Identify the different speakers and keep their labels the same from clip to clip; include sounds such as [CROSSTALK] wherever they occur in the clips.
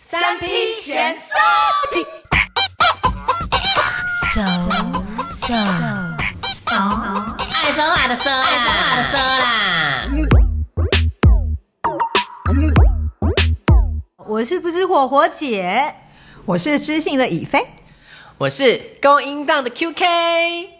Speaker 1: 橡皮选手。
Speaker 2: 手手手，
Speaker 3: 爱说话的说啦，爱说话的说啦。
Speaker 1: 我是不知火火姐，
Speaker 2: 我是知性的以飞，
Speaker 3: 我是勾音荡的 QK，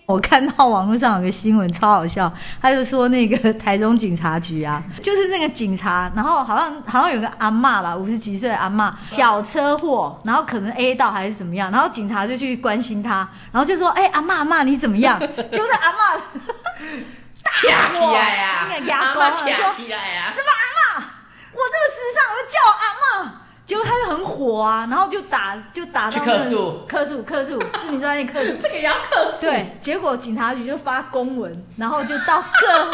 Speaker 1: 我看到网络上有个新闻超好笑，他就说那个台中警察局啊， [LAUGHS] 就是那个警察，然后好像好像有个阿嬷吧，五十几岁的阿嬷，小车祸，然后可能 A 到还是怎么样，然后警察就去关心他，然后就说：“哎、阿嬷阿嬷你怎么样？” [LAUGHS] 结果那阿嬷大火，那个牙膏
Speaker 3: 啊阿嬷
Speaker 1: 说
Speaker 3: 卡起来啊
Speaker 1: 什么阿妈？我这么时尚，我就叫我阿妈。结果他就很火啊，然后就打就打到
Speaker 3: 去
Speaker 1: 那个
Speaker 3: 客诉
Speaker 1: 客诉客诉，市民专业客诉。
Speaker 3: 这个也要克数。
Speaker 1: 对，结果警察局就发公文，然后就到
Speaker 3: [LAUGHS]
Speaker 1: 各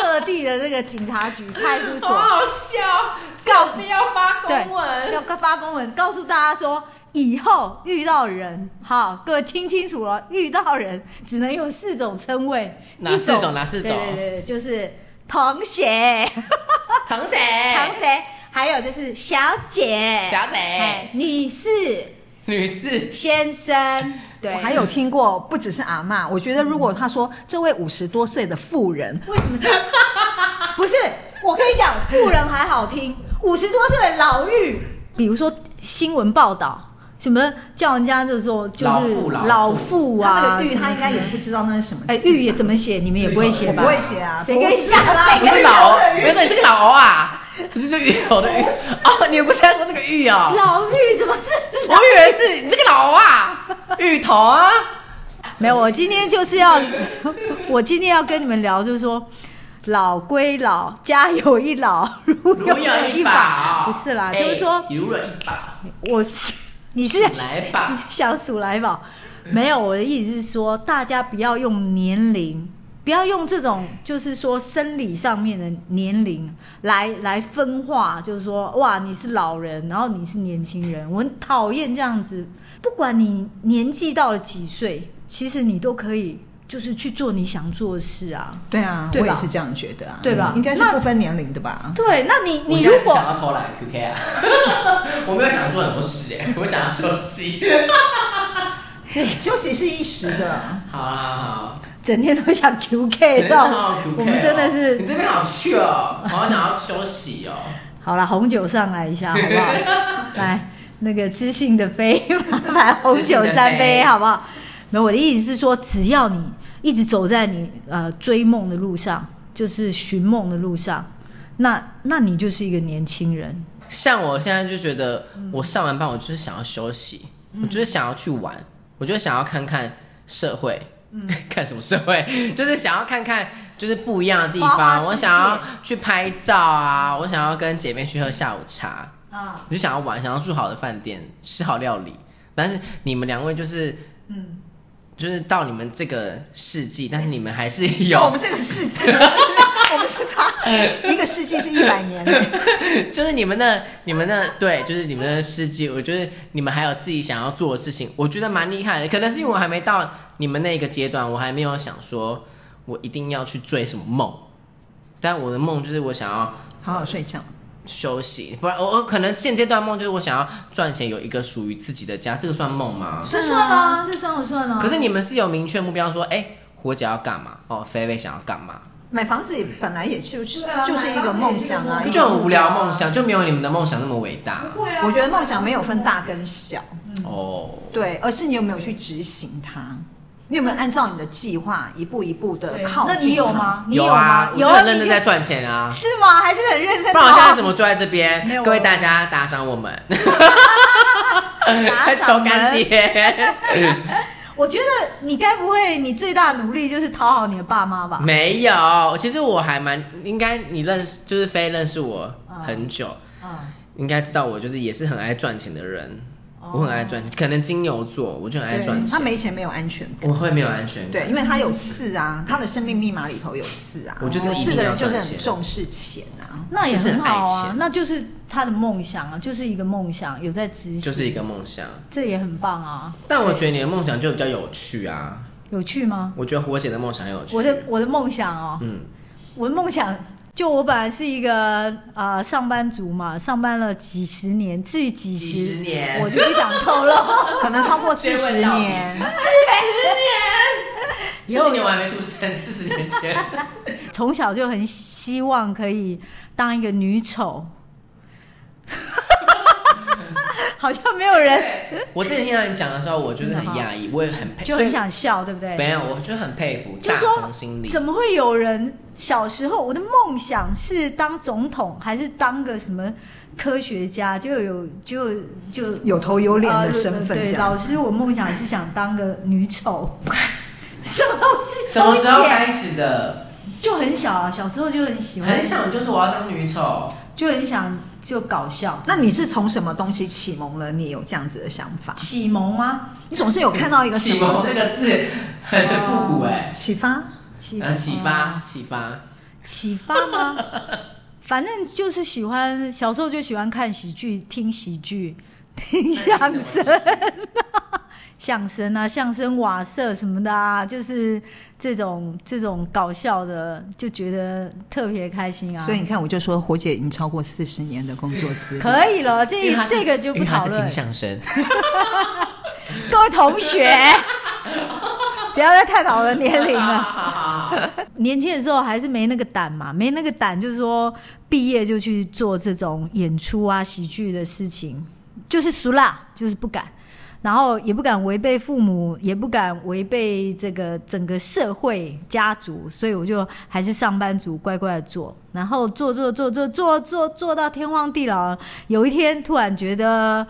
Speaker 1: 各地的这个警察局、派出
Speaker 3: 好
Speaker 1: 所，
Speaker 3: 好笑，告必要发
Speaker 1: 对
Speaker 3: 公，文，
Speaker 1: 要发公文告诉大家说，以后遇到人，好，各位听清楚了，遇到人只能有四种称谓，
Speaker 3: 哪
Speaker 1: 一
Speaker 3: 四种哪四种
Speaker 1: 对对对，就是同学、
Speaker 3: 唐谁？
Speaker 1: 同学，还有就是小姐、
Speaker 3: 小姐
Speaker 1: 哎女士、
Speaker 3: 女士，
Speaker 1: 先生，对，
Speaker 2: 我还有听过不只是阿嬷，我觉得如果他说这位五十多岁的妇人，
Speaker 1: 为什么这样？ [LAUGHS] 不是，我跟你讲，富人还好听，五十多岁的老妪，比如说新闻报道。什么叫人家就是说就是
Speaker 3: 老妇老妇
Speaker 1: 妇
Speaker 2: 他那
Speaker 1: 啊？
Speaker 2: 个玉
Speaker 1: 什么
Speaker 2: 他应该也不知道那是什么字，
Speaker 1: 哎玉也怎么写？你们也不会写吧？
Speaker 2: 我不会写啊
Speaker 1: 谁跟你讲啊？
Speaker 3: 你是老，比如说你这个老欧啊，不是就芋头的芋哦，你不是在说这个芋哦？
Speaker 1: 老妪怎么是？
Speaker 3: 我以为是你这个老欧啊，芋头
Speaker 1: [LAUGHS]
Speaker 3: 啊，
Speaker 1: 没有，我今天就是要， [LAUGHS] 我今天要跟你们聊，就是说老归老，家有一老，如
Speaker 3: 如有
Speaker 1: 一
Speaker 3: 一宝，
Speaker 1: 不是啦，
Speaker 3: 哎
Speaker 1: 就是说
Speaker 3: 如有一宝，
Speaker 1: 我是 [LAUGHS] 你是要
Speaker 3: 来吧。
Speaker 1: [LAUGHS] 小鼠来宝，没有，我的意思是说，大家不要用年龄，不要用这种就是说生理上面的年龄来来分化，就是说，哇，你是老人，然后你是年轻人，我很讨厌这样子。不管你年纪到了几岁，其实你都可以就是去做你想做的事啊。
Speaker 2: 对啊，
Speaker 1: 对
Speaker 2: 我
Speaker 1: 吧
Speaker 2: 也是这样觉得啊，
Speaker 1: 对吧
Speaker 2: 应该是
Speaker 1: 那
Speaker 2: 不分年龄的吧？
Speaker 1: 对，那你
Speaker 3: 我
Speaker 1: 你
Speaker 3: 现在
Speaker 1: 如果
Speaker 3: 想要偷懒 QK 啊， [LAUGHS] 我没有想做很多事哎，我想要休息。
Speaker 2: 休息是一时的，
Speaker 3: [LAUGHS] 好啦好，
Speaker 1: 整天都想 QK
Speaker 3: 真的好
Speaker 1: 到
Speaker 3: QK，哦、
Speaker 1: 我们真的是
Speaker 3: 你这边好去哦，我好想要休息哦。
Speaker 1: 好了，红酒上来一下，好不 [LAUGHS] 好？来，那个知性的飞，麻烦红酒三杯，好不好？没有，我的意思是说，只要你一直走在你呃追梦的路上，就是寻梦的路上，那那你就是一个年轻人。
Speaker 3: 像我现在就觉得，我上完班我就是想要休息，
Speaker 1: 嗯
Speaker 3: 我就是想要去玩，我就是想要看看社会， [LAUGHS] 看什么社会， [LAUGHS] 就是想要看看就是不一样的地方。
Speaker 1: 花花世界
Speaker 3: 我想要去拍照啊，我想要跟姐妹去喝下午茶，
Speaker 1: 啊，
Speaker 3: 我就想要玩，想要住好的饭店，吃好料理。但是你们两位就是，
Speaker 1: 嗯，
Speaker 3: 就是到你们这个世纪，但是你们还是
Speaker 2: 我
Speaker 3: [LAUGHS] 有
Speaker 2: 们，这个世纪， [LAUGHS] 我们是他一个世纪是一百年，
Speaker 3: 就是你们的、你们的，对，就是你们的世纪，我觉得你们还有自己想要做的事情，我觉得蛮厉害的。可能是因为我还没到你们那个阶段，我还没有想说我一定要去追什么梦，但我的梦就是我想要
Speaker 2: [LAUGHS] 好好睡觉。
Speaker 3: 休息，不然我我可能现阶段梦就是我想要赚钱，有一个属于自己的家，这个算梦吗？
Speaker 1: 这算啊，这算不算啊？
Speaker 3: 可是你们是有明确目标说，哎、火姐要干嘛？哦，菲菲想要干嘛？
Speaker 2: 买房子也本来也就是、
Speaker 1: 对啊
Speaker 2: 就是一个梦想
Speaker 1: 买房子也是一个梦想
Speaker 2: 啊，
Speaker 3: 不
Speaker 2: 一个
Speaker 3: 就很无聊
Speaker 2: 目标啊
Speaker 3: 梦？想，就没有你们的梦想那么伟大
Speaker 1: 不会啊，
Speaker 2: 我觉得梦想没有分大跟小，
Speaker 3: 哦。
Speaker 2: 对，而是你有没有去执行它，你有没有按照你的计划一步一步的
Speaker 1: 对
Speaker 2: 靠
Speaker 1: 那
Speaker 2: 近它
Speaker 1: 你有？吗？你
Speaker 3: 有
Speaker 1: 吗
Speaker 3: 啊，？我就很认真在
Speaker 1: 你
Speaker 3: 赚钱啊
Speaker 1: 就，是吗？还是很认真。
Speaker 3: 不然我现在怎么坐在这边
Speaker 1: 没有？啊
Speaker 3: 各位大家打赏我们， [LAUGHS]
Speaker 1: 打
Speaker 3: 求
Speaker 1: 赏
Speaker 3: 干
Speaker 1: 呢？
Speaker 3: 爹。
Speaker 1: 我觉得你该不会你最大的努力就是讨好你的爸妈吧？
Speaker 3: 没有，其实我还蛮应该，你认识就是菲认识我很久，
Speaker 1: 嗯。
Speaker 3: 应该知道我就是也是很爱赚钱的人，
Speaker 1: 哦
Speaker 3: 我很爱赚钱，可能金牛座我就很爱赚
Speaker 2: 他
Speaker 3: 钱，
Speaker 2: 没钱没有安全感。
Speaker 3: 我会没有安全感。
Speaker 2: 对，因为他有四啊，他的生命密码里头有四啊。
Speaker 3: 我就是
Speaker 2: 有
Speaker 3: 一
Speaker 2: 四
Speaker 3: 定
Speaker 2: 个
Speaker 3: 要
Speaker 2: 人，就是
Speaker 3: 赚
Speaker 2: 很
Speaker 3: 钱
Speaker 2: 重视钱啊。
Speaker 1: 那也
Speaker 3: 就是很
Speaker 1: 很好
Speaker 3: 爱
Speaker 1: 啊
Speaker 3: 钱，
Speaker 1: 那就是他的梦想啊，就是一个梦想，有在执行，
Speaker 3: 就是一个梦想。
Speaker 1: 这也很棒啊。
Speaker 3: 但我觉得你的梦想就比较有趣啊，
Speaker 1: 有趣吗？
Speaker 3: 我觉得火姐的梦想很有趣。
Speaker 1: 我的我的梦想哦，
Speaker 3: 嗯，
Speaker 1: 我的梦想就我本来是一个呃上班族嘛，上班了几十年，至于几十，
Speaker 3: 几十年
Speaker 1: 我就不想
Speaker 3: [LAUGHS]
Speaker 1: 透露。
Speaker 2: 可能超
Speaker 1: [LAUGHS]
Speaker 2: 过四
Speaker 3: 追
Speaker 2: 十
Speaker 3: 问到底
Speaker 2: 年，
Speaker 3: 四十年我还没出生，四十年
Speaker 1: [LAUGHS]
Speaker 3: 前，
Speaker 1: 从小就很希望可以当一个女
Speaker 3: [LAUGHS]
Speaker 1: 丑，好像没有人
Speaker 3: 我之前听到你讲的时候，我就是很讶异，我也很佩，
Speaker 1: 就
Speaker 3: 所以
Speaker 1: 很想笑，对不对？
Speaker 3: 没有，我就很佩服
Speaker 1: 就
Speaker 3: 大
Speaker 1: 说
Speaker 3: 众心理，
Speaker 1: 怎么会有人小时候我的梦想是当总统，还是当个什么科学家？就有就就
Speaker 2: 有头有脸
Speaker 1: 啊
Speaker 2: 的身份这
Speaker 1: 对，
Speaker 2: 样
Speaker 1: 老
Speaker 2: 子。
Speaker 1: 师，我梦想是想当个女丑。 [LAUGHS] 什么东西？
Speaker 3: 什么时候
Speaker 1: 从小
Speaker 3: 开始的？
Speaker 1: 就很小啊，小时候就很喜欢，
Speaker 3: 很想就是我要当女丑，
Speaker 1: 就很想就搞笑。
Speaker 2: 那你是从什么东西启蒙了你有这样子的想法？
Speaker 1: 启蒙吗？
Speaker 2: 你总是有看到一个什
Speaker 3: 启
Speaker 2: 么
Speaker 3: 蒙这个字很复
Speaker 1: 哦
Speaker 3: 古哎，
Speaker 2: 启发？
Speaker 1: 启
Speaker 3: 呃，启发启发，
Speaker 1: 启发吗？ [LAUGHS] 反正就是喜欢，小时候就喜欢看喜剧、听喜剧、听相声、相声啊、相声瓦舍什么的啊，就是这种这种搞笑的，就觉得特别开心啊。
Speaker 2: 所以你看，我就说火姐已经超过四十年的工作资历。
Speaker 1: 可以了，
Speaker 3: 因
Speaker 1: 这
Speaker 3: 为他是
Speaker 1: 这个就
Speaker 3: 因
Speaker 1: 不
Speaker 3: 为他
Speaker 1: 讨
Speaker 3: 是
Speaker 1: 论
Speaker 3: 听。相声，
Speaker 1: 各位同
Speaker 3: [LAUGHS]
Speaker 1: 学，不要再探讨我的年龄了。年轻的时候还是没那个胆嘛，没那个胆，就是说毕业就去做这种演出啊、喜剧的事情，就是俗啦，就是不敢，然后也不敢违背父母，也不敢违背这个整个社会家族，所以我就还是上班族，乖乖的做，然后做做做做做做做到天荒地老。有一天突然觉得，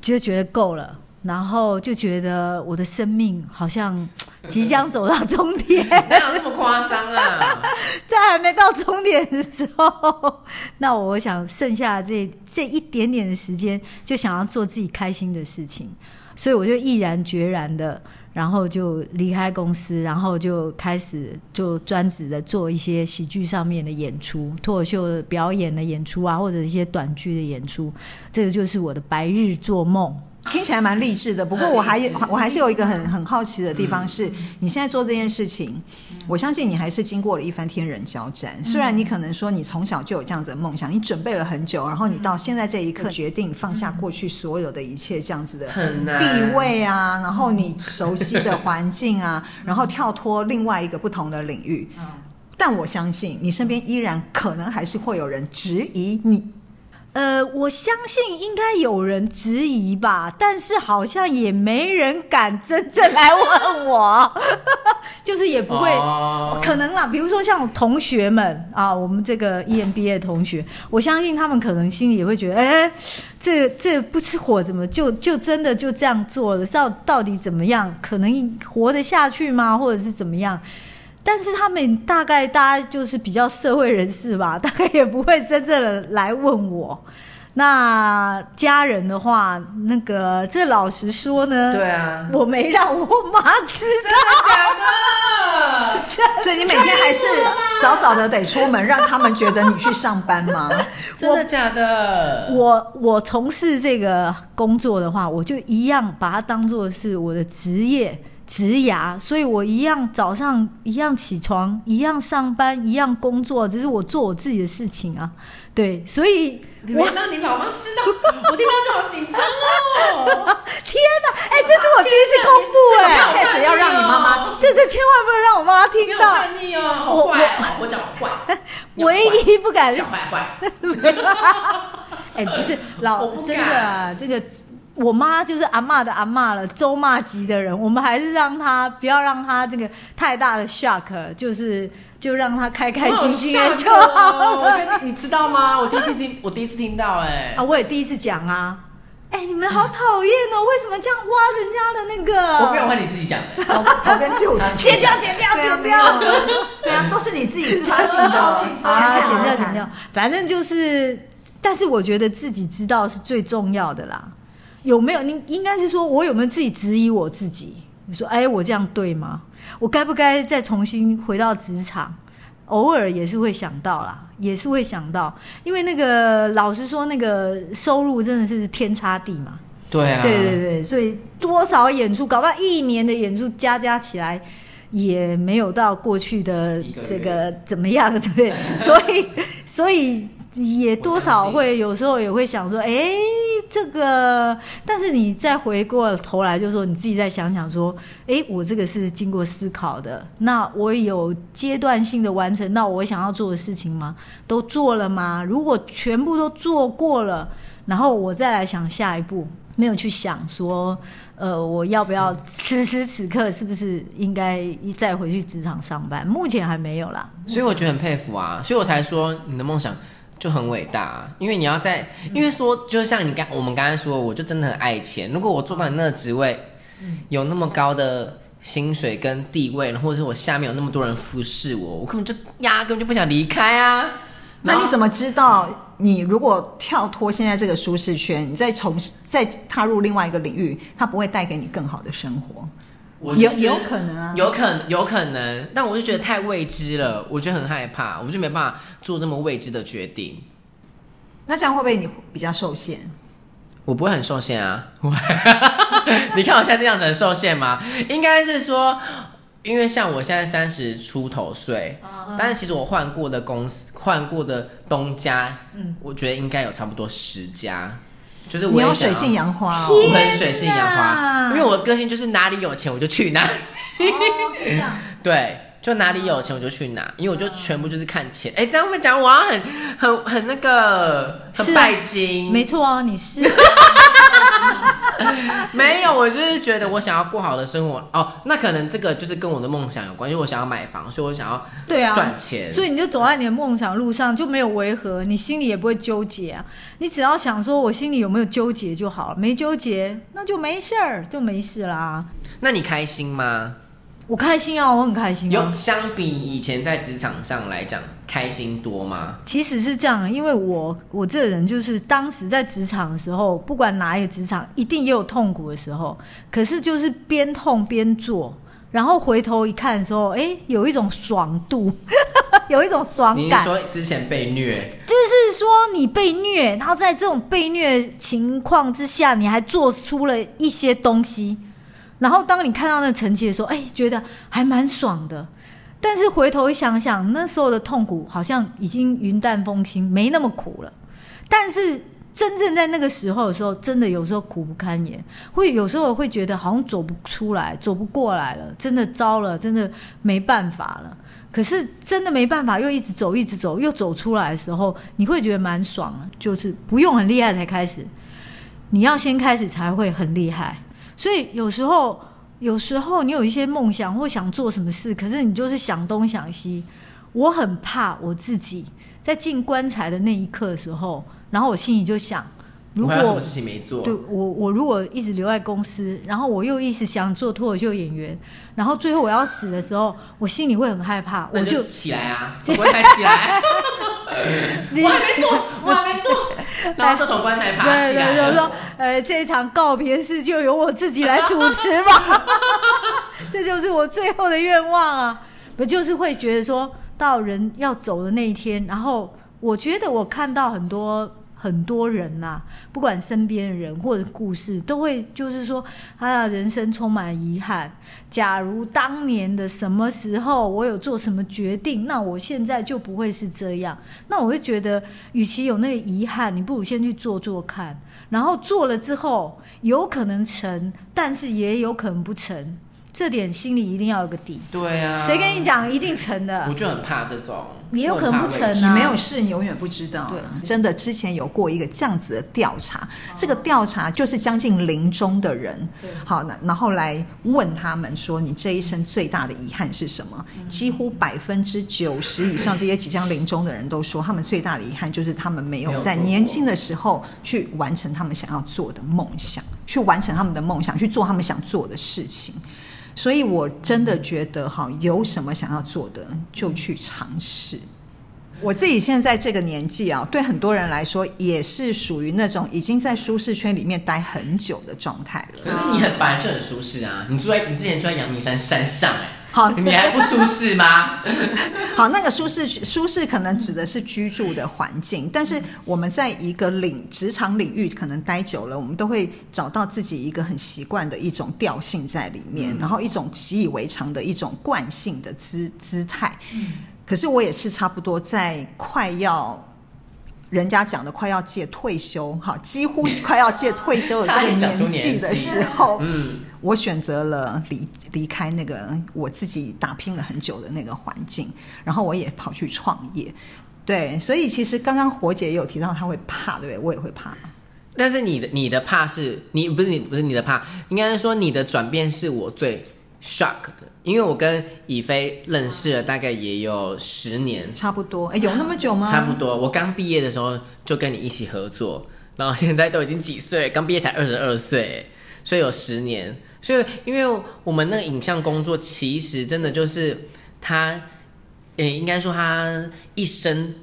Speaker 1: 就觉得够了。然后就觉得我的生命好像即将走到终点，
Speaker 3: 哪有那么夸张啊？
Speaker 1: [LAUGHS] 在还没到终点的时候，那我想剩下的这这一点点的时间，就想要做自己开心的事情，所以我就毅然决然的，然后就离开公司，然后就开始就专职的做一些喜剧上面的演出、脱口秀的表演的演出啊，或者一些短剧的演出，这个就是我的白日做梦。
Speaker 2: 听起来蛮励志的，嗯不过我还有
Speaker 3: 很励志
Speaker 2: 我还是有一个很很好奇的地方是，你现在做这件事情，我相信你还是经过了一番天人交战。虽然你可能说你从小就有这样子的梦想，你准备了很久，然后你到现在这一刻决定放下过去所有的一切这样子的
Speaker 3: 很难
Speaker 2: 地位啊，然后你熟悉的环境 [LAUGHS] 啊，然后跳脱另外一个不同的领域。但我相信你身边依然可能还是会有人质疑你，
Speaker 1: 呃，我相信应该有人质疑吧，但是好像也没人敢真正来问我， [LAUGHS] 就是也不会。
Speaker 3: 哦
Speaker 1: 可能啦，比如说像我同学们啊，我们这个 EMBA 同学，我相信他们可能心里也会觉得，哎、这这不吃火怎么就就真的就这样做了？到到底怎么样？可能活得下去吗？或者是怎么样？但是他们大概大家就是比较社会人士吧， [LAUGHS] 大概也不会真正的来问我。那家人的话，那个这老实说呢，
Speaker 3: 对啊，
Speaker 1: 我没让我妈知道。
Speaker 3: 假的，
Speaker 2: [LAUGHS] 所以你每天还是早早的得出门，让他们觉得你去上班吗？
Speaker 3: 真
Speaker 1: [LAUGHS]
Speaker 3: 的假的？
Speaker 1: 我我从事这个工作的话，我就一样把它当做是我的职业职涯，所以我一样早上一样起床，一样上班，一样工作，只是我做我自己的事情啊。对，所以
Speaker 3: 你
Speaker 1: 我
Speaker 3: 没让你老妈知道，我听到就好紧张哦。
Speaker 1: 天哪，哎、这是我第一次公布
Speaker 2: 这个
Speaker 1: 哎、
Speaker 2: p 开始要让你妈妈
Speaker 3: 听
Speaker 1: 这这千万不能让我妈妈
Speaker 3: 你
Speaker 1: 听
Speaker 3: 好
Speaker 1: 到，
Speaker 3: 叛逆哦，好坏哦，我讲坏，你好坏
Speaker 1: 唯一不敢
Speaker 3: 小坏坏，
Speaker 1: 哎、不是老
Speaker 3: 我不敢
Speaker 1: 真的啊这个。我妈就是阿嬷的阿嬷了，周骂级的人，我们还是让她不要让她这个太大的 shock，就是就让她开开心心的就
Speaker 3: 我好吓到哦我觉得你知道吗？我第一次听，我第一次听到哎
Speaker 1: 啊，，我也第一次讲啊，哎、你们好讨厌哦，为什么这样挖人家的那个？
Speaker 3: 我没有换你自己讲，
Speaker 2: 刨刨根究底，
Speaker 1: 剪掉，剪掉，
Speaker 2: [LAUGHS] 对啊，
Speaker 1: 剪
Speaker 2: 没有啊
Speaker 1: 掉。，
Speaker 2: 对啊，都是你自己自发性的，
Speaker 3: 好紧张
Speaker 1: 啊，
Speaker 2: 看看
Speaker 1: 剪掉
Speaker 2: 看
Speaker 1: 剪掉，反正就是，但是我觉得自己知道是最重要的啦。有没有？你应该是说我有没有自己质疑我自己？你说，哎，我这样对吗？我该不该再重新回到职场？偶尔也是会想到啦，也是会想到，因为那个老实说，那个收入真的是天差地嘛。
Speaker 3: 对啊，
Speaker 1: 对对对，所以多少演出，搞不好一年的演出加加起来，也没有到过去的
Speaker 3: 一个
Speaker 1: 这
Speaker 3: 月
Speaker 1: 个怎么样， [LAUGHS] 对，所以所以也多少会有时候也会想说，哎、这个，但是你再回过头来，就说你自己再想想说，哎、我这个是经过思考的，那我有阶段性的完成到我想要做的事情吗？都做了吗？如果全部都做过了，然后我再来想下一步，没有去想说，呃，我要不要此时此刻是不是应该再回去职场上班？目前还没有啦。
Speaker 3: 所以我觉得很佩服啊，所以我才说你的梦想就很伟大、啊，因为你要在，因为说就像你刚我们刚才说，我就真的很爱钱。如果我做到你那个职位，有那么高的薪水跟地位，或者是我下面有那么多人服侍我，我根本就压根就不想离开啊。
Speaker 2: 那你怎
Speaker 3: 么？
Speaker 2: 么知道你如果跳脱现在这个舒适圈，你再重再踏入另外一个领域，它不会带给你更好的生活？
Speaker 3: 我
Speaker 2: 有
Speaker 3: 就觉得
Speaker 2: 有可能啊，
Speaker 3: 有可能，有可能，但我就觉得太未知了，我就很害怕，我就没办法做这么未知的决定。
Speaker 2: 那这样会不会你比较受限？
Speaker 3: 我不会很受限啊， [LAUGHS] 我你看我现在这样子很受限吗？应该是说，因为像我现在三十出头岁，
Speaker 2: 嗯
Speaker 3: 但是其实我换过的公司、换过的东家，嗯，我觉得应该有差不多十家，就是我
Speaker 2: 你
Speaker 3: 也
Speaker 2: 有
Speaker 3: 想
Speaker 2: 水
Speaker 3: 要
Speaker 2: 性杨花哦，
Speaker 3: 我很水性杨花，
Speaker 1: 天哪
Speaker 3: 因为我的个性就是哪里有钱我就去哪里。
Speaker 1: 哦
Speaker 3: 对，就哪里有钱我就去哪，因为我就全部就是看钱。哎、这样会讲我要很很很那个
Speaker 1: 是
Speaker 3: 很
Speaker 1: 啊
Speaker 3: 拜金，
Speaker 1: 没错啊，你 [LAUGHS] 是
Speaker 3: 没有，我就是觉得我想要过好的生活哦。那可能这个就是跟我的梦想有关，因为我想要买房，所以我想要
Speaker 1: 对啊，
Speaker 3: 赚钱。
Speaker 1: 所以你就走在你的梦想路上，就没有违和，你心里也不会纠结啊。你只要想说，我心里有没有纠结就好了，没纠结那就没事儿，就没事啦。
Speaker 3: 那你开心吗？
Speaker 1: 我开心啊，我很开心啊
Speaker 3: 有。相比以前在职场上来讲，开心多吗？
Speaker 1: 其实是这样，因为我我这个人就是当时在职场的时候，不管哪一个职场，一定也有痛苦的时候。可是就是边痛边做，然后回头一看的时候，哎，有一种爽度， [LAUGHS] 有一种爽
Speaker 3: 你是
Speaker 1: 感。
Speaker 3: 说之前被虐，
Speaker 1: 就是说你被虐，然后在这种被虐情况之下，你还做出了一些东西，然后当你看到那成绩的时候，哎，觉得还蛮爽的。但是回头一想想，那时候的痛苦好像已经云淡风轻，没那么苦了。但是真正在那个时候的时候，真的有时候苦不堪言，会有时候会觉得好像走不出来，走不过来了，真的糟了，真的没办法了。可是真的没办法，又一直走，一直走，又走出来的时候，你会觉得蛮爽的，就是不用很厉害才开始，你要先开始才会很厉害。所以有时候，有时候你有一些梦想或想做什么事，可是你就是想东想西。我很怕我自己在进棺材的那一刻的时候，然后我心里就想，如
Speaker 3: 我
Speaker 1: 果
Speaker 3: 还有什么事情没做？
Speaker 1: 对我，我如果一直留在公司，然后我又一直想做脱口秀演员，然后最后我要死的时候，我心里会很害怕，
Speaker 3: 那
Speaker 1: 我
Speaker 3: 你
Speaker 1: 就
Speaker 3: 就起来啊，从棺材起
Speaker 1: [LAUGHS]
Speaker 3: 来。
Speaker 1: 你
Speaker 3: 我还没做，我还没做，然后就从棺材爬
Speaker 1: 对
Speaker 3: 起来
Speaker 1: 对，就是
Speaker 3: 了。
Speaker 1: 说，呃，这一场告别式就由我自己来主持吧，这就是我最后的愿望啊！我就是会觉得说到人要走的那一天，然后我觉得我看到很多很多人呐、不管身边的人或者故事，都会就是说，他的人生充满遗憾。假如当年的什么时候我有做什么决定，那我现在就不会是这样。那我就觉得，与其有那个遗憾，你不如先去做做看。然后做了之后，有可能成，但是也有可能不成，这点心里一定要有个底。
Speaker 3: 对啊，
Speaker 1: 谁跟你？讲一定成的
Speaker 3: 我？就很怕这种，
Speaker 1: 也有可能不成
Speaker 3: 我很怕未知
Speaker 2: 你
Speaker 1: 啊
Speaker 2: 没有试，你永远不知道。哦
Speaker 1: 对
Speaker 2: 真的，之前有过一个这样子的调查，这个调查就是将近临终的人
Speaker 1: 对，
Speaker 2: 好，那然后来问他们说，你这一生最大的遗憾是什么？几乎百分之九十以上这些即将临终的人都说，他们最大的遗憾就是他们没
Speaker 3: 没
Speaker 2: 有
Speaker 3: 有
Speaker 2: 在
Speaker 3: 做过
Speaker 2: 年轻的时候去完成他们想要做的梦想，去完成他们的梦想，去做他们想做的事情。所以，我真的觉得哈，有什么想要做的就去尝试。我自己现在这个年纪啊，对很多人来说也是属于那种已经在舒适圈里面待很久的状态了。
Speaker 3: 可是你很本来就很舒适啊，你住在你之前住在阳明山山上哎、
Speaker 2: 好，
Speaker 3: [LAUGHS] 你还不舒适吗？
Speaker 2: 好，那个舒适区舒适可能指的是居住的环境，但是我们在一个领职场领域可能待久了，我们都会找到自己一个很习惯的一种调性在里面，然后一种习以为常的一种惯性的姿姿态。可是我也是差不多在快要。人家讲的快要借退休，哈，几
Speaker 3: [LAUGHS]
Speaker 2: 乎快要借退休的这
Speaker 3: 差
Speaker 2: 个
Speaker 3: 点讲出
Speaker 2: 年纪
Speaker 3: 年
Speaker 2: 的
Speaker 3: 纪
Speaker 2: 时候，
Speaker 3: 嗯，
Speaker 2: 我选择了离离开那个我自己打拼了很久的那个环境，然后我也跑去创业。对，所以其实刚刚火姐也有提到她会怕，对不对？我也会怕。
Speaker 3: [LAUGHS] 但是你的你的怕是你不是你不是你的怕，应该是说你的转变是我最 shock 的，因为我跟以飞认识了大概也有十年，
Speaker 2: 差不多，哎，有那么久吗？
Speaker 3: 差不多。我刚毕业的时候就跟你一起合作，然后现在都已经几岁，刚毕业才二十二岁，所以有十年。所以，因为我们那个影像工作，其实真的就是他，诶、应该说他一生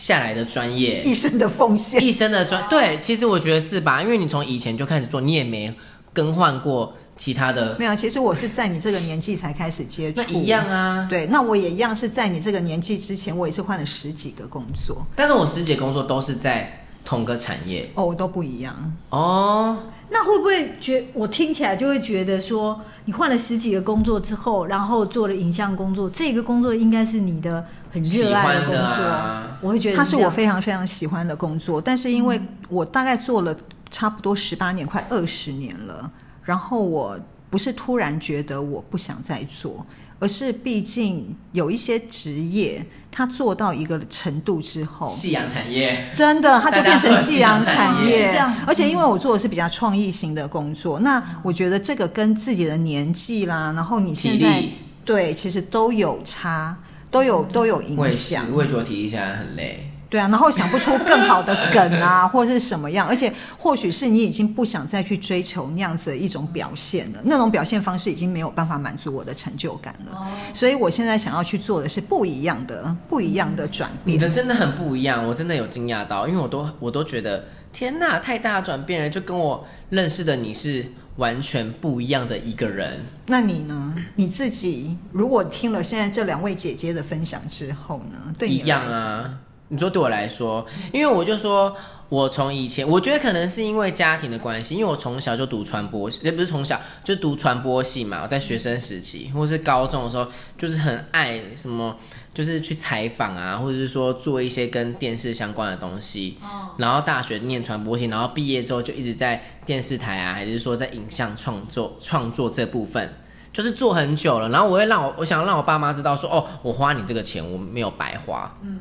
Speaker 3: 下来的专业，
Speaker 2: [LAUGHS] 一生的奉献。
Speaker 3: 一生的专对，其实我觉得是吧？因为你从以前就开始做，你也没更换过其他的，
Speaker 2: 没有，其实我是在你这个年纪才开始接触
Speaker 3: 那，一样。啊。
Speaker 2: 对，那我也一样是在你这个年纪之前，我也是换了十几个工作，
Speaker 3: 但是我师姐工作都是在同个产业
Speaker 2: 哦，我都不一样。
Speaker 3: 哦。
Speaker 1: 那会不会觉我听起来就会觉得说，你换了十几个工作之后，然后做了影像工作，这个工作应该是你的很热爱工
Speaker 3: 喜欢的
Speaker 1: 作，
Speaker 3: 啊
Speaker 1: 我会觉得
Speaker 2: 它是
Speaker 1: 这
Speaker 2: 我
Speaker 1: 样嗯
Speaker 2: 非常非常喜欢的工作，但是因为我大概做了差不多十八年，快二十年了，然后我不是突然觉得我不想再做，而是毕竟有一些职业，它做到一个程度之后。
Speaker 3: 夕阳产业，
Speaker 2: 真的，它就变成夕阳
Speaker 1: 大
Speaker 2: 产
Speaker 1: 家都很夕阳产业
Speaker 2: 业
Speaker 1: 是这样。
Speaker 2: 而且因为我做的是比较创意型的工作，那我觉得这个跟自己的年纪啦，然后你现在
Speaker 3: 体力
Speaker 2: 对其实都有差，都有都有
Speaker 3: 我
Speaker 2: 影
Speaker 3: 也是
Speaker 2: 响，。
Speaker 3: 我也觉得体力现在很累。
Speaker 2: 对啊，然后想不出更好的梗啊， [LAUGHS] 或者是什么样，而且或许是你已经不想再去追求那样子的一种表现了，那种表现方式已经没有办法满足我的成就感了，所以我现在想要去做的是不一样的、不一样的转
Speaker 3: 你
Speaker 2: 变。
Speaker 3: 的真的很不一样，我真的有惊讶到，因为我都我都觉得天呐，太大的转变了，就跟我认识的你是完全不一样的一个人。
Speaker 2: 那你呢？你自己如果听了现在这两位姐姐的分享之后呢？对你
Speaker 3: 一
Speaker 2: 来
Speaker 3: 样
Speaker 2: 讲，
Speaker 3: 啊。你说对我来说，因为我就说，我从以前，我觉得可能是因为家庭的关系，因为我从小就读传播系，也不是从小就读传播系嘛。我在学生时期或是高中的时候，就是很爱什么，就是去采访啊，或者是说做一些跟电视相关的东西。
Speaker 2: 嗯
Speaker 3: 然后大学念传播系，然后毕业之后就一直在电视台啊，还是说在影像创作创作这部分。就是做很久了，然后我会让我我想让我爸妈知道说，哦，我花你这个钱，我没有白花。嗯，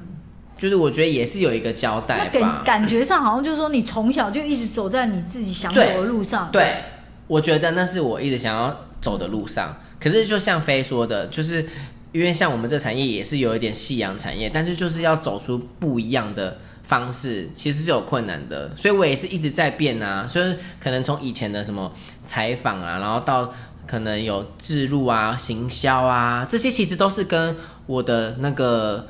Speaker 3: 就是我觉得也是有一个交
Speaker 1: 那
Speaker 3: 代吧
Speaker 1: 感。感觉上好像就是说，你从小就一直走在你自己想走的路上，
Speaker 3: 对，我觉得那是我一直想要走的路上。可是就像飞说的，就是因为像我们这产业也是有一点夕阳产业，但是就是要走出不一样的方式，其实是有困难的。所以我也是一直在变啊，所以可能从以前的什么采访啊，然后到可能有置入啊、行销啊，这些其实都是跟我的那个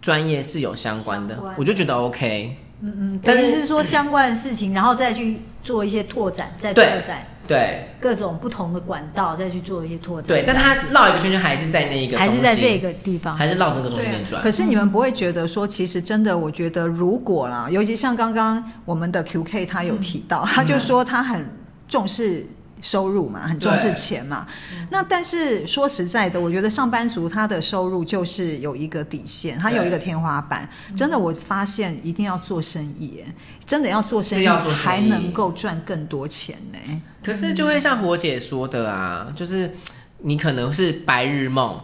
Speaker 3: 专业是有相关的，
Speaker 1: 相关
Speaker 3: 我就觉得 OK。
Speaker 1: 嗯，
Speaker 3: 但
Speaker 1: 但
Speaker 3: 是
Speaker 1: 是说相关的事情，然后再去做一些拓展，再拓
Speaker 3: 对
Speaker 1: 展
Speaker 3: 对
Speaker 1: 各种不同的管道，再去做一些拓展。
Speaker 3: 对，但他
Speaker 1: 这样子
Speaker 3: 绕一个圈圈还是在那一个中
Speaker 1: 还
Speaker 3: 心，
Speaker 1: 是在这个地
Speaker 2: 啊
Speaker 1: 方，
Speaker 3: 还是绕那个中间转
Speaker 2: 可。是你们不会觉得说，其实真的，我觉得如果啦，尤其像刚刚我们的 QK 他有提
Speaker 3: 嗯
Speaker 2: 到，他就说他很重视。收入嘛，很重视
Speaker 3: 对
Speaker 2: 钱嘛。那但是说实在的，我觉得上班族他的收入就是有一个底线，他有一个天花板。真的，我发现一定要做生意耶，真的要做生
Speaker 3: 是
Speaker 2: 意
Speaker 3: 要做生意
Speaker 2: 才能够赚更多钱呢。
Speaker 3: 可是就会像火姐说的啊，就是你可能是白日梦，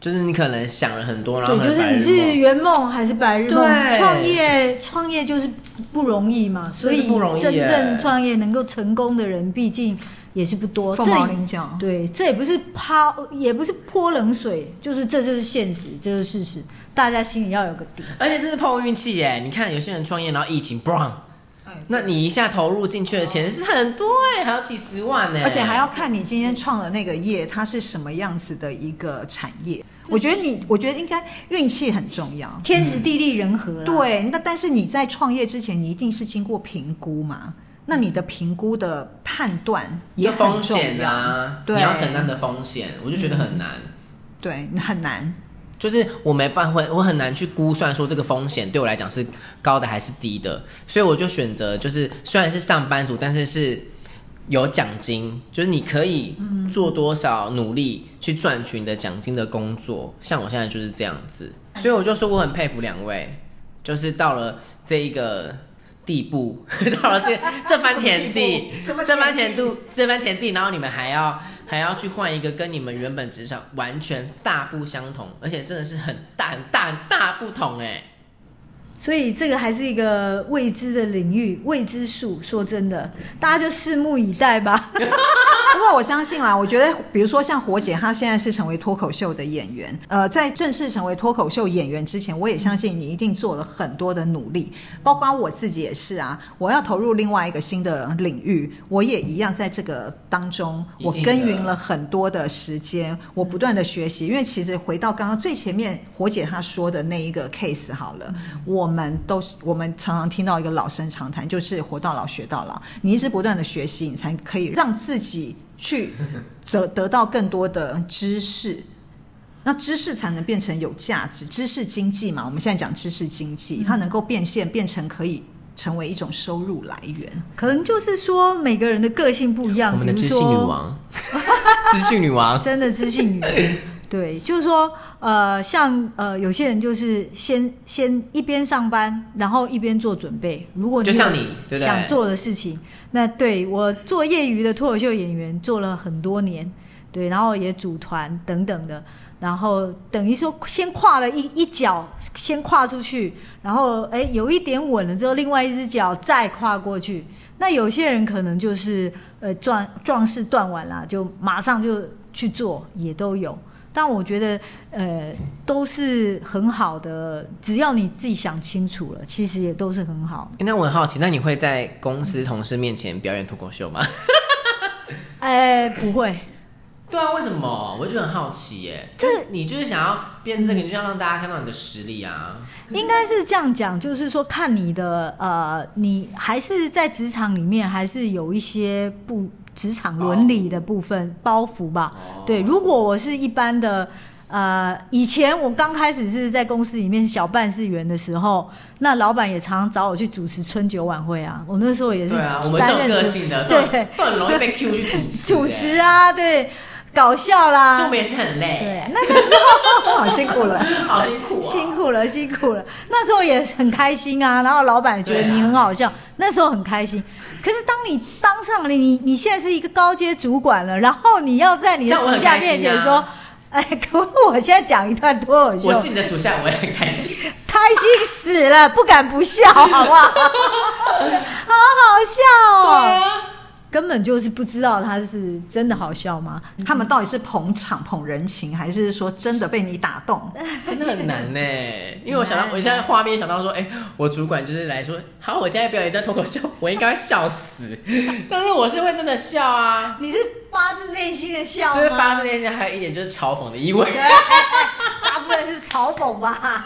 Speaker 3: 就是你可能想了很多，然后
Speaker 1: 对，
Speaker 3: 可
Speaker 1: 就
Speaker 3: 能
Speaker 1: 是你
Speaker 3: 白
Speaker 1: 是
Speaker 3: 日梦
Speaker 1: 圆梦还是白日梦？
Speaker 3: 对
Speaker 1: 创业创业就是不容易嘛，所
Speaker 3: 真
Speaker 1: 以
Speaker 3: 是不容易
Speaker 1: 真
Speaker 3: 耶
Speaker 1: 正创业能够成功的人，毕竟也是不多。这
Speaker 2: 凤毛麟角。
Speaker 1: 对，这也不是抛，也不是泼冷水，就是这就是现实，这就是事实，大家心里要有个底。
Speaker 3: 而且这是碰运气耶。你看有些人创业，然后疫情 b r o
Speaker 2: 嗯
Speaker 3: 那你一下投入进去的钱是很多哎，还有几十万呢，
Speaker 2: 而且还要看你今天创的那个业，它是什么样子的一个产业。我觉得你，我觉得应该运气很重要。
Speaker 1: 天时地利人
Speaker 3: 嗯
Speaker 1: 和啦，
Speaker 3: 啊
Speaker 2: 对，那但是你在创业之前，你一定是经过评估嘛？那你的评估的判断也
Speaker 3: 就
Speaker 2: 很
Speaker 3: 风
Speaker 2: 重
Speaker 3: 险
Speaker 2: 要。
Speaker 3: 啊，
Speaker 2: 对嗯
Speaker 3: 你要承担的风险，我就觉得很难。
Speaker 2: 对，很难。
Speaker 3: 就是我没办法，我很难去估算说这个风险对我来讲是高的还是低的，所以我就选择就是虽然是上班族，但是是有奖金，就是你可以
Speaker 2: 嗯
Speaker 3: 做多少努力去赚取你的奖金的工作。像我现在就是这样子，
Speaker 2: 嗯
Speaker 3: 所以我就说我很佩服两位，就是到了这一个地步， [LAUGHS] 到了这这番田地，
Speaker 2: 什么地步什么
Speaker 3: 这番
Speaker 2: 田
Speaker 3: 田
Speaker 2: 地
Speaker 3: 度，这番田地，然后你们还要还要去换一个跟你们原本职场完全大不相同，而且真的是很大很大很大不同哎、
Speaker 1: 所以这个还是一个未知的领域，未知数。说真的，大家就拭目以
Speaker 3: [LAUGHS]
Speaker 1: 待吧。
Speaker 2: [LAUGHS] 不过我相信啦，我觉得比如说像火姐，她现在是成为脱口秀的演员，呃，在正式成为脱口秀演员之前，我也相信你一定做了很多的努力，包括我自己也是啊。我要投入另外一个新的领域，我也一样在这个当中，我
Speaker 3: 一定的
Speaker 2: 耕耘了很多的时间，我不断的学习。因为其实回到刚刚最前面火姐她说的那一个 case 好了，我们都是我们常常听到一个老生常谈，就是活到老学到老。你一直不断的学习，你才可以让自己去得得到更多的知识。那知识才能变成有价值，知识经济嘛，我们现在讲知识经济，它能够变现，变成可以成为一种收入来源。
Speaker 1: 可能就是说每个人的个性不一样，
Speaker 3: 我们的
Speaker 1: 比
Speaker 3: 知
Speaker 1: 如
Speaker 3: 性
Speaker 1: 说
Speaker 3: 女王， [LAUGHS] 知性女王，
Speaker 1: 真的知性
Speaker 3: [LAUGHS]
Speaker 1: 女人。对，就是说，呃，像呃，有些人就是先先一边上班，然后一边做准备。如果你
Speaker 3: 就像
Speaker 1: 有
Speaker 3: 你对不对
Speaker 1: 想做的事情，那对我做业余的脱口秀演员做了很多年，对，然后也组团等等的，然后等于说先跨了一一脚，先跨出去，然后哎有一点稳了之后，另外一只脚再跨过去。那有些人可能就是呃壮壮士断腕啦，就马上就去做，也都有。但我觉得呃都是很好的，只要你自己想清楚了，其实也都是很好。
Speaker 3: 欸那我很好奇，那你会在公司同事面前表演脱口秀吗？
Speaker 1: 哎，不会，
Speaker 3: [LAUGHS] 对啊，为什么？我就很好奇耶。
Speaker 1: 这
Speaker 3: 就是你就是想要变这个，你就要让大家看到你的实力啊。
Speaker 1: 应该是这样讲，就是说看你的呃，你还是在职场里面，还是有一些不职场伦理的部分包袱吧。
Speaker 3: 哦
Speaker 1: 对，如果我是一般的。呃，以前我刚开始是在公司里面小办事员的时候，那老板也常找我去主持春酒晚会啊。我那时候也是
Speaker 3: 对啊，我们这
Speaker 1: 担
Speaker 3: 种
Speaker 1: 任
Speaker 3: 个
Speaker 1: 主
Speaker 3: 性的，都
Speaker 1: 对
Speaker 3: 都很容易被 Q 去主持、
Speaker 1: 主持，啊，对，搞笑啦，
Speaker 3: 所以我们也是很累，
Speaker 1: 对，那那时候 [LAUGHS] 好辛苦了，
Speaker 3: [LAUGHS] 好辛苦、啊，
Speaker 1: 辛苦了，辛苦了。那时候也很开心啊，然后老板也觉得你很好
Speaker 3: 啊
Speaker 1: 笑，那时候很开心。可是当你当上了你，你现在是一个高阶主管了，然后你要在你
Speaker 3: 这
Speaker 1: 的
Speaker 3: 样我
Speaker 1: 属
Speaker 3: 很
Speaker 1: 下
Speaker 3: 开心
Speaker 1: 面前
Speaker 3: 啊
Speaker 1: 说。哎，可我现在讲一段脱口秀
Speaker 3: 我，是你的属下，我也很开心。
Speaker 1: 开心死了，不敢不笑，
Speaker 3: [LAUGHS]
Speaker 1: 好不好？好好笑
Speaker 3: 啊
Speaker 1: 哦，根本就是不知道他是真的好笑吗？
Speaker 2: 他们到底是捧场捧人情，还是说真的被你打动？
Speaker 3: 真的很难呢，
Speaker 1: [LAUGHS]
Speaker 3: 因为我想到，我现在画面想到说，哎、我主管就是来说，好，我现在表演一段脱口秀，我应该会笑死， [LAUGHS] 但是我是会真的笑啊，
Speaker 1: 你是发自内心的笑吗？
Speaker 3: 就是发自内心，还有一点就是嘲讽的意味。
Speaker 1: 大部分是嘲讽吧。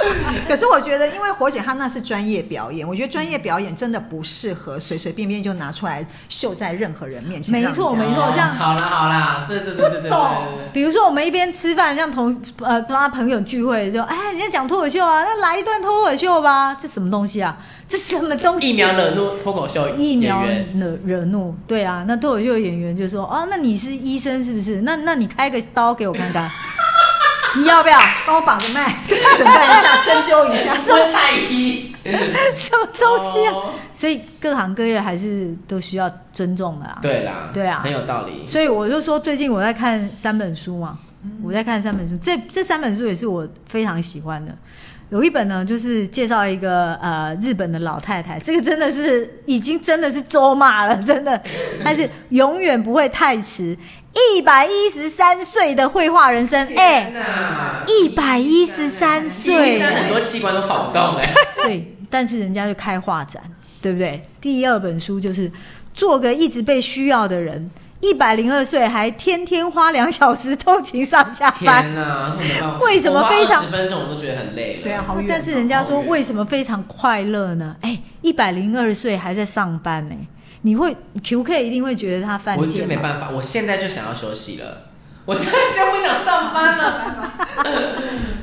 Speaker 2: 可是我觉得，因为火姐她那是专业表演，我觉得专业表演真的不适合随随便便就拿出来秀在任何人面前。
Speaker 1: 没错
Speaker 2: 让
Speaker 1: 没
Speaker 2: 人家
Speaker 1: 错像
Speaker 3: 嗯好啦好啦，这这这这这这
Speaker 1: [LAUGHS]
Speaker 3: 这，
Speaker 1: 比如说，我们一边吃饭，像同呃跟他朋友聚会，就哎，人家讲脱口秀啊，那来一段脱口秀吧。这什么东西啊？这什么东西、
Speaker 3: 疫苗惹怒脱口秀
Speaker 1: 疫
Speaker 3: 演
Speaker 1: 苗
Speaker 3: 员，
Speaker 1: 惹惹怒，对啊。那脱口秀演员就说：“哦，那你是医生是不是？那那你开个刀给我看看，你要不要？
Speaker 2: 帮我绑个脉，诊断一下，针灸一 [LAUGHS] 下。
Speaker 3: 是蔡依，
Speaker 1: [LAUGHS] 什么东西啊？”
Speaker 3: 哦
Speaker 1: 所以各行各业还是都需要尊重的啊。
Speaker 3: 对啦，
Speaker 1: 对啊
Speaker 3: 很有道理。
Speaker 1: 所以我就说，最近我在看三本书嘛，我在看三本书，这这三本书也是我非常喜欢的。有一本呢，就是介绍一个呃日本的老太太，这个真的是已经真的是咒骂了，真的，但是永远不会太迟。一百一十三岁的绘画人生，哎、
Speaker 3: 那
Speaker 1: 一百一十三
Speaker 3: 医
Speaker 1: 岁，
Speaker 3: 生很多器官都跑不动哎，
Speaker 1: [LAUGHS] 对，但是人家就开画展，对不对？第二本书就是做个一直被需要的人，一百零二岁还天天花两小时通勤上下班。
Speaker 3: 天哪，痛得爆
Speaker 1: 为什么非常
Speaker 3: 十分钟我都觉得很累了？
Speaker 2: 对啊，好远哦。
Speaker 1: 但是人家说
Speaker 3: 好远
Speaker 1: 为什么非常快乐呢？哎，一百零二岁还在上班呢、你会 QK 一定会觉得他犯
Speaker 3: 我就
Speaker 1: 贱
Speaker 3: 没
Speaker 1: 吗？
Speaker 3: 办法，我现在就想要休息了。我现在就不想上班了。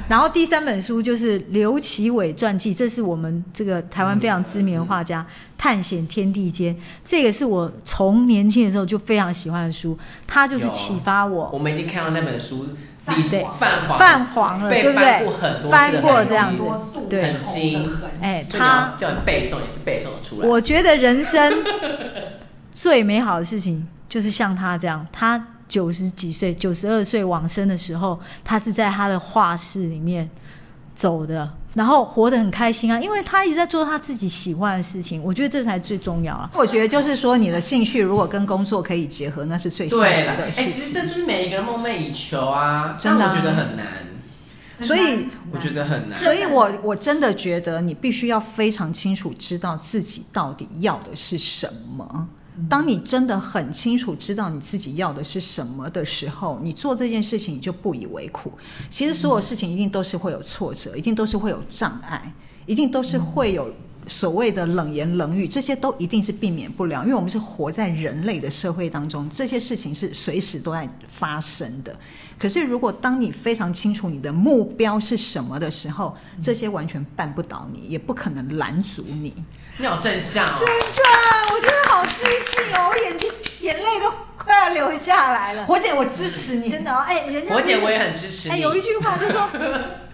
Speaker 1: 然后第三本书就是刘奇伟传记，这是我们这个台湾非常知名的画家，探险天地间》，这个是我从年轻的时候就非常喜欢的书，它就是
Speaker 3: 有啊
Speaker 1: 启发
Speaker 3: 我
Speaker 1: 我
Speaker 3: 们已经看到那本书历史
Speaker 1: 对
Speaker 3: 泛黄，
Speaker 1: 泛黄了，
Speaker 3: 被
Speaker 1: 对不
Speaker 3: 翻过
Speaker 1: 对？
Speaker 3: 很多次的
Speaker 1: 翻过
Speaker 3: 痕迹
Speaker 1: 这样子
Speaker 2: 很多度
Speaker 1: 对
Speaker 2: 很厚的痕迹
Speaker 1: 哎
Speaker 3: 就你
Speaker 1: 他
Speaker 3: 啊要叫你背诵也是背诵得出来。
Speaker 1: 我觉得人生最美好的事情就是像他这样，他九十几岁、九十二岁往生的时候，他是在他的画室里面走的，然后活得很开心啊，因为他一直在做他自己喜欢的事情，我觉得这才最重要啊。
Speaker 2: 我觉得就是说，你的兴趣如果跟工作可以结合，那是最幸福
Speaker 3: 对了，哎、
Speaker 2: 的事
Speaker 3: 其实
Speaker 2: 情。
Speaker 3: 这就是每一个人梦寐以求啊，
Speaker 2: 真的啊
Speaker 3: 但我觉得很难，
Speaker 2: 所以，
Speaker 3: 我觉得很难。
Speaker 2: 所以我我真的觉得你必须要非常清楚知道自己到底要的是什么。
Speaker 3: 嗯
Speaker 2: 当你真的很清楚知道你自己要的是什么的时候，你做这件事情你就不以为苦。其实所有事情一定都是会有挫折，一定都是会有障碍，一定都是会有所谓的冷言冷语，这些都一定是避免不了，因为我们是活在人类的社会当中，这些事情是随时都在发生的。可是，如果当你非常清楚你的目标是什么的时候，这些完全绊不倒你，也不可能拦阻你。
Speaker 3: 你好正向哦，
Speaker 1: 的， [LAUGHS] 我觉得好自信哦，我眼睛眼泪都快要流下来了。
Speaker 2: 火姐，我支持你。
Speaker 1: 真的哦，哎、人家
Speaker 3: 我姐我也很支持
Speaker 1: 哎、
Speaker 3: 你。
Speaker 1: 有一句话就说，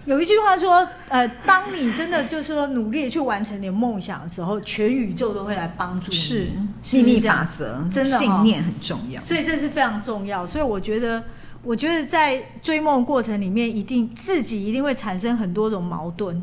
Speaker 1: 有一句话说，呃，当你真的就是说努力地去完成你的梦想的时候，全宇宙都会来帮助你。
Speaker 2: 是
Speaker 1: 是
Speaker 2: 秘密
Speaker 1: 这样
Speaker 2: 法则，
Speaker 1: 真的哦
Speaker 2: 信念很重要。
Speaker 1: 所以这是非常重要。所以我觉得，我觉得在追梦过程里面，一定自己一定会产生很多种矛盾。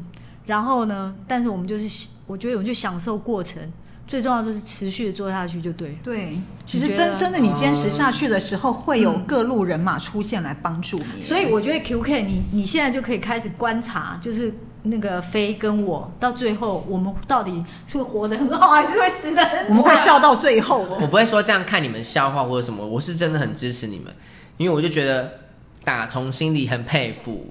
Speaker 1: 然后呢，但是我们就是，我觉得我们就享受过程，最重要就是持续的做下去就对了。
Speaker 2: 对，其实
Speaker 1: 你觉得哦嗯
Speaker 2: 真真的，你坚持下去的时候，会有各路人马出现来帮助你。
Speaker 1: 所以我觉得 QK，你你现在就可以开始观察，就是那个飞跟我到最后，我们到底是会活得很好，还是会死得很惨？
Speaker 2: 我们会笑到最后的。
Speaker 3: 我不会说这样看你们笑话或者什么，我是真的很支持你们，因为我就觉得打从心里很佩服。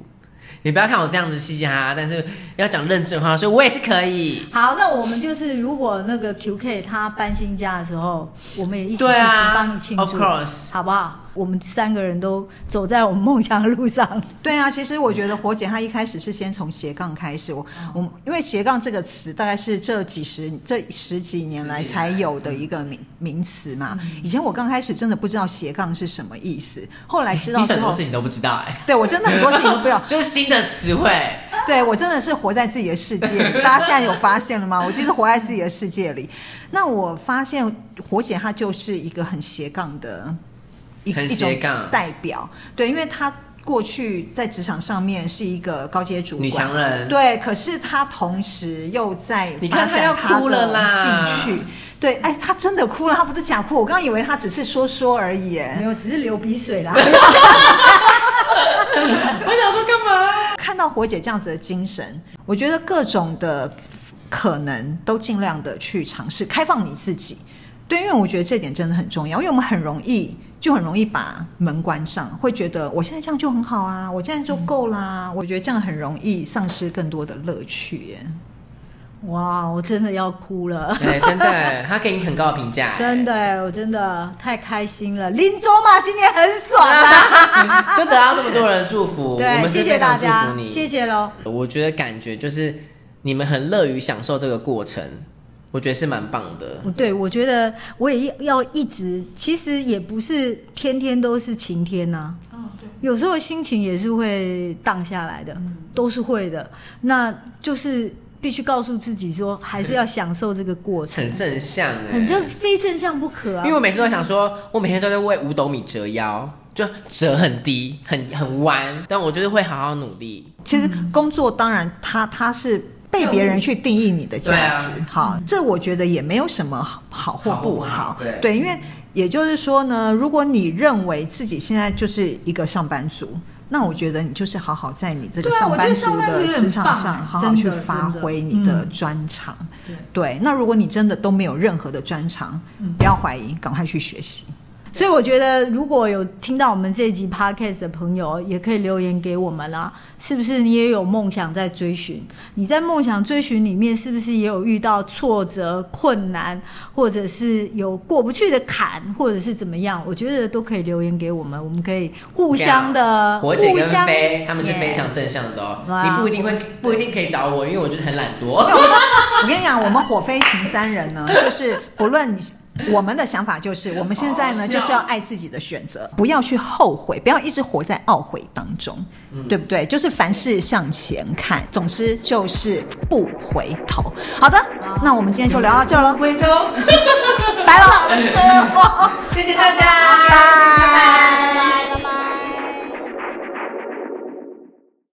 Speaker 3: 你不要看我这样子嘻嘻哈哈，但是要讲认真的话，所以我也是可以。
Speaker 1: 好，那我们就是如果那个 QK 他搬新家的时候，我们也一起出
Speaker 3: 对
Speaker 1: 去
Speaker 3: 啊
Speaker 1: 帮你庆
Speaker 3: ，of
Speaker 1: 祝，
Speaker 3: course
Speaker 1: 好不好？我们三个人都走在我们梦想的路上。
Speaker 2: 对啊，其实我觉得火姐她一开始是先从斜杠开始。我
Speaker 3: 嗯
Speaker 2: 我因为斜杠这个词大概是这几十这十几年来
Speaker 3: 十几年
Speaker 2: 才有的一个名名词嘛。
Speaker 3: 嗯
Speaker 2: 以前我刚开始真的不知道斜杠是什么意思，后来知道
Speaker 3: 你
Speaker 2: 之
Speaker 3: 很多
Speaker 2: 后
Speaker 3: 事，情都不知道哎、
Speaker 2: 对我真的很多事情都不知道。
Speaker 3: [LAUGHS] 就是新的词汇。
Speaker 2: [LAUGHS] 对我真的是活在自己的世界里，大家现在有发现了吗？我就是活在自己的世界里。那我发现火姐她就是一个很斜杠的一
Speaker 3: 很
Speaker 2: 一
Speaker 3: 斜
Speaker 2: 种
Speaker 3: 杠
Speaker 2: 代表，对，因为她过去在职场上面是一个高阶主
Speaker 3: 女
Speaker 2: 管
Speaker 3: 强，人，
Speaker 2: 对，可是她同时又在
Speaker 3: 你
Speaker 2: 发
Speaker 3: 看她要
Speaker 2: 展她
Speaker 3: 哭了
Speaker 2: 的
Speaker 3: 啦
Speaker 2: 兴趣。对，哎，她真的哭了，她不是假哭，我刚刚以为她只是说说而已。哎
Speaker 1: 没有，只是流鼻水啦。
Speaker 3: 我想说干
Speaker 2: [LAUGHS]
Speaker 3: 嘛？
Speaker 2: 看到火姐这样子的精神，我觉得各种的可能都尽量的去尝试，开放你自己。对，因为我觉得这点真的很重要，因为我们很容易就很容易把门关上，会觉得我现在这样就很好啊，我这样就够啦。我觉得这样很容易丧失更多的乐趣耶。
Speaker 1: [LAUGHS] 哇，我真的要哭了。
Speaker 3: 对，哎真的，他给你很高的评价、哎
Speaker 1: 真的，我真的太开心了。林州嘛，今天很爽
Speaker 3: [LAUGHS]
Speaker 1: 啊！
Speaker 3: 的，就得到这么多人的祝福，我
Speaker 1: 对，
Speaker 3: 们是
Speaker 1: 谢谢
Speaker 3: 非
Speaker 1: 大
Speaker 3: 常祝
Speaker 1: 家
Speaker 3: 福，你。
Speaker 1: 谢谢喽。
Speaker 3: 我觉得感觉就是你们很乐于享受这个过程，我觉得是蛮棒的。
Speaker 1: 哦对，我觉得我也要一直，其实也不是天天都是晴天呐、有时候心情也是会荡下来的，都是会的。那就是必须告诉自己说，还是要享受这个过程
Speaker 3: 很，正向哎、
Speaker 1: 很正，非正向不可啊
Speaker 3: 因为。我每次都想说，我每天都在为五斗米折腰，就折很低，很很弯，但我就是会好好努力。
Speaker 2: 其实
Speaker 1: 嗯
Speaker 2: 工作当然它它是。被别人去定义你的价值
Speaker 1: 啊
Speaker 3: 对，
Speaker 2: 好，这我觉得也没有什么好好或不
Speaker 3: 好
Speaker 2: 好
Speaker 3: 或不好，对
Speaker 2: 对，因为也就是说呢，如果你认为自己现在就是一个上班族，那我觉得你就是好好在你这个
Speaker 1: 对啊
Speaker 2: 上
Speaker 1: 我觉得
Speaker 2: 班族
Speaker 1: 上班族也
Speaker 2: 的
Speaker 1: 很
Speaker 2: 职场
Speaker 1: 棒啊
Speaker 2: 上好好
Speaker 1: 真
Speaker 2: 去
Speaker 1: 的
Speaker 2: 发
Speaker 1: 真的嗯
Speaker 2: 挥你的专长，
Speaker 1: 嗯
Speaker 2: 对。那如果你真的都没有任何的专长，不要怀疑，赶快去学习。
Speaker 1: 所以我觉得，如果有听到我们这集 podcast 的朋友，也可以留言给我们啦。是不是你也有梦想在追寻？你在梦想追寻里面，是不是也有遇到挫折、困难，或者是有过不去的坎，或者是怎么样？我觉得都可以留言给我们，我们可以互相的、
Speaker 3: 我姐
Speaker 1: 呃互
Speaker 3: 啊跟
Speaker 1: 相
Speaker 3: 飞他们是非常正向的哦，
Speaker 1: 哇
Speaker 3: 你不一定会不一定可以找我，因为我就是很懒惰。
Speaker 2: 我跟你讲，我们火飞行三人呢，就是不论你。我们的想法就是，我们现在呢，
Speaker 3: 好笑
Speaker 2: 就是要爱自己的选择，不要去后悔，不要一直活在懊悔当中，对不对？就是凡事向前看，总之就是不回头。好的，那我们今天就聊到这儿了，
Speaker 4: 回头，
Speaker 2: 拜了，
Speaker 4: 谢谢大家，
Speaker 2: 拜。